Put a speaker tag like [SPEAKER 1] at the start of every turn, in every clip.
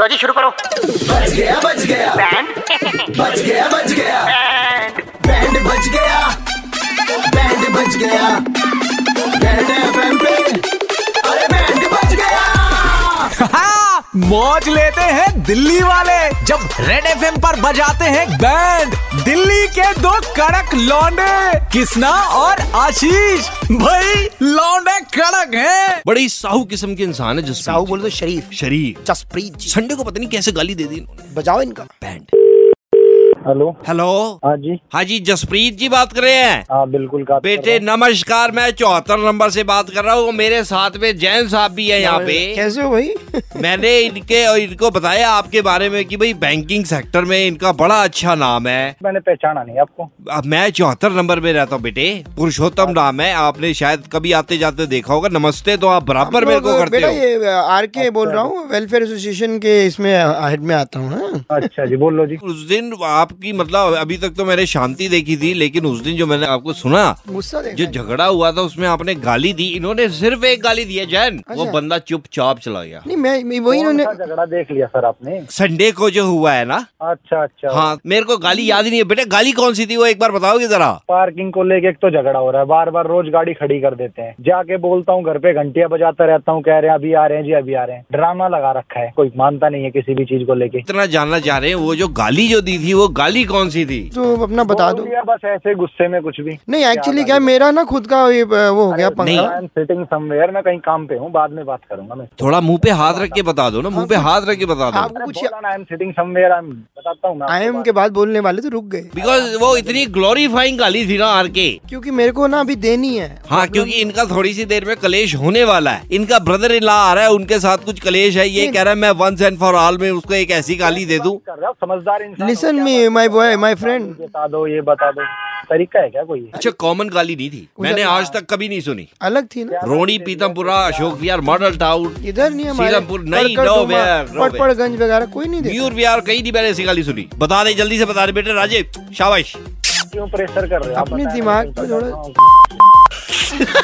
[SPEAKER 1] लो जी तो शुरू करो
[SPEAKER 2] बच गया बच गया
[SPEAKER 1] बैंड
[SPEAKER 2] बच गया बच गया बैंड बच गया बैंड बच गया बैंड एफएम पे अरे बैंड बच गया
[SPEAKER 3] हाँ, मौज लेते हैं दिल्ली वाले जब रेड एफ पर बजाते हैं बैंड दिल्ली के दो कड़क लौंडे किसना और आशीष भाई लौंडे कड़क हैं
[SPEAKER 4] बड़े ही साहू किस्म के इंसान है जिस
[SPEAKER 5] साहू बोल दो शरीफ
[SPEAKER 4] शरीर
[SPEAKER 5] जसप्रीत जी
[SPEAKER 4] संडे को पता नहीं कैसे गाली दे दी इन्होंने
[SPEAKER 5] बजाओ इनका
[SPEAKER 4] बैंड
[SPEAKER 6] हेलो
[SPEAKER 4] हेलो
[SPEAKER 6] हाँ जी
[SPEAKER 4] हाँ जी जसप्रीत जी बात कर रहे हैं
[SPEAKER 6] हाँ बिल्कुल का
[SPEAKER 4] बेटे नमस्कार मैं चौहत्तर नंबर से बात कर रहा हूँ मेरे साथ में जैन साहब भी है यहाँ पे
[SPEAKER 5] कैसे हो भाई
[SPEAKER 4] मैंने इनके और इनको बताया आपके बारे में कि भाई बैंकिंग सेक्टर में इनका बड़ा अच्छा नाम है
[SPEAKER 6] मैंने पहचाना नहीं आपको हाँ।
[SPEAKER 4] अब मैं चौहत्तर नंबर में रहता हूँ बेटे पुरुषोत्तम नाम है आपने शायद कभी आते जाते देखा होगा नमस्ते तो आप बराबर मेरे को
[SPEAKER 5] लोग,
[SPEAKER 4] करते
[SPEAKER 5] बेटा
[SPEAKER 4] हो
[SPEAKER 5] ये आर के
[SPEAKER 6] अच्छा।
[SPEAKER 5] बोल रहा हूँ वेलफेयर एसोसिएशन के इसमें हेड में आता हूँ हाँ?
[SPEAKER 6] अच्छा जी बोल लो जी
[SPEAKER 4] उस दिन आपकी मतलब अभी तक तो मैंने शांति देखी थी लेकिन उस दिन जो मैंने आपको सुना
[SPEAKER 6] अच्छा।
[SPEAKER 5] गुस्सा देख
[SPEAKER 4] जो झगड़ा हुआ था उसमें आपने गाली दी इन्होंने सिर्फ एक गाली दी है जैन वो
[SPEAKER 5] अच्छा।
[SPEAKER 4] बंदा चुपचाप चला गया
[SPEAKER 5] नहीं मैं मैं- वही
[SPEAKER 6] कौन
[SPEAKER 5] इन्होंने
[SPEAKER 6] सा झगड़ा देख लिया सर आपने
[SPEAKER 4] संडे को जो हुआ है ना
[SPEAKER 6] अच्छा अच्छा
[SPEAKER 4] हाँ मेरे को गाली याद ही नहीं है बेटे गाली कौन सी थी वो एक बार बताओगे जरा
[SPEAKER 6] पार्किंग को लेके एक तो झगड़ा हो रहा है बार बार रोज गाड़ी खड़ी कर देते हैं जाके बोलता हूँ घर पे घंटिया बजाता रहता हूँ कह रहे हैं अभी आ रहे हैं जी अभी आ रहे हैं ड्रामा लगा रखा है कोई मानता नहीं है किसी भी चीज को लेके
[SPEAKER 4] इतना जानना चाह रहे हैं वो जो गाली जो दी थी वो गाली कौन सी थी
[SPEAKER 5] तो अपना बता
[SPEAKER 6] बोल
[SPEAKER 5] दो
[SPEAKER 6] दिया बस ऐसे गुस्से में कुछ भी
[SPEAKER 5] नहीं एक्चुअली क्या है, मेरा ना खुद का ये अ, वो हो गया पंखा
[SPEAKER 6] सिटिंग समवेयर मैं कहीं काम पे हूँ बाद में बात करूंगा मैं
[SPEAKER 4] थोड़ा मुंह पे हाथ रख के बता दो ना मुंह पे हाथ रख के बता दो
[SPEAKER 6] हाँ।
[SPEAKER 5] आपको कुछ
[SPEAKER 6] I am sitting somewhere I am बताता हूँ मैं
[SPEAKER 5] आई
[SPEAKER 6] आपको
[SPEAKER 5] एम के बाद बोलने वाले तो रुक गए
[SPEAKER 4] बिकॉज वो इतनी ग्लोरीफाइंग गाली थी ना आर के
[SPEAKER 5] क्योंकि मेरे को ना अभी देनी है
[SPEAKER 4] हाँ क्योंकि इनका थोड़ी सी देर में कलेश होने वाला है इनका ब्रदर इन लॉ आ रहा है उनके साथ कुछ कलेश है ये कह रहा है मैं वंस एंड फॉर ऑल में उसको एक ऐसी गाली दे दूं
[SPEAKER 6] कर रहे हो समझदार इंसान हो
[SPEAKER 5] लिसन
[SPEAKER 6] क्या
[SPEAKER 5] मी माय
[SPEAKER 6] बात कर रहे
[SPEAKER 5] बॉय
[SPEAKER 6] हो?
[SPEAKER 5] माय
[SPEAKER 6] ये
[SPEAKER 5] फ्रेंड
[SPEAKER 6] बता दो ये बता दो तरीका है क्या कोई
[SPEAKER 4] अच्छा कॉमन गाली नहीं थी मैंने आज तक कभी नहीं सुनी
[SPEAKER 5] अलग थी ना
[SPEAKER 4] रोणी पीतमपुरा अशोक विहार मॉडल टाउन
[SPEAKER 5] इधर नहीं हमारे
[SPEAKER 4] सीरमपुर, नहीं,
[SPEAKER 5] कड़कड़,
[SPEAKER 4] no
[SPEAKER 5] Duma,
[SPEAKER 4] where, no
[SPEAKER 5] Patparganj वगैरह कोई नहीं देता
[SPEAKER 4] न्यूर विहार कहीं नहीं मैंने ऐसी गाली सुनी बता दे जल्दी से बता दे बेटे राजीव शाबाश
[SPEAKER 6] क्यों प्रेशर कर रहे हो आप
[SPEAKER 5] अपने
[SPEAKER 6] बताएं, हाँ,
[SPEAKER 5] दिमाग
[SPEAKER 6] मैं
[SPEAKER 5] पे
[SPEAKER 6] filter
[SPEAKER 5] थोड़ा-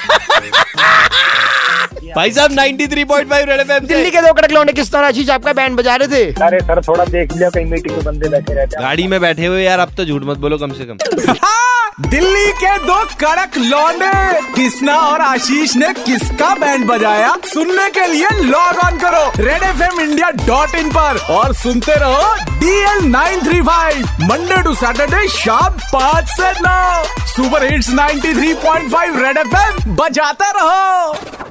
[SPEAKER 6] करता हूँ।
[SPEAKER 4] भाई साहब 93.5 three point five Red
[SPEAKER 5] Delhi के दो कड़क लौंडे किस तरह आशीष आपका बैंड बजा रहे थे
[SPEAKER 6] अरे सर थोड़ा देख लिया कहीं मीटिंग में बंदे बैठे रहते हैं
[SPEAKER 4] गाड़ी में बैठे हुए यार अब तो झूठ मत बोलो कम से कम
[SPEAKER 3] हाँ, दिल्ली के दो कड़क लौंडे किसना और आशीष ने किसका बैंड बजाया सुनने के लिए लॉग ऑन करो redfmindia.in इंडिया डॉट इन पर और सुनते रहो DL nine three five Monday to Saturday शाम पाँच से नौ super hits 93.5 three point five Red F M बजाते रहो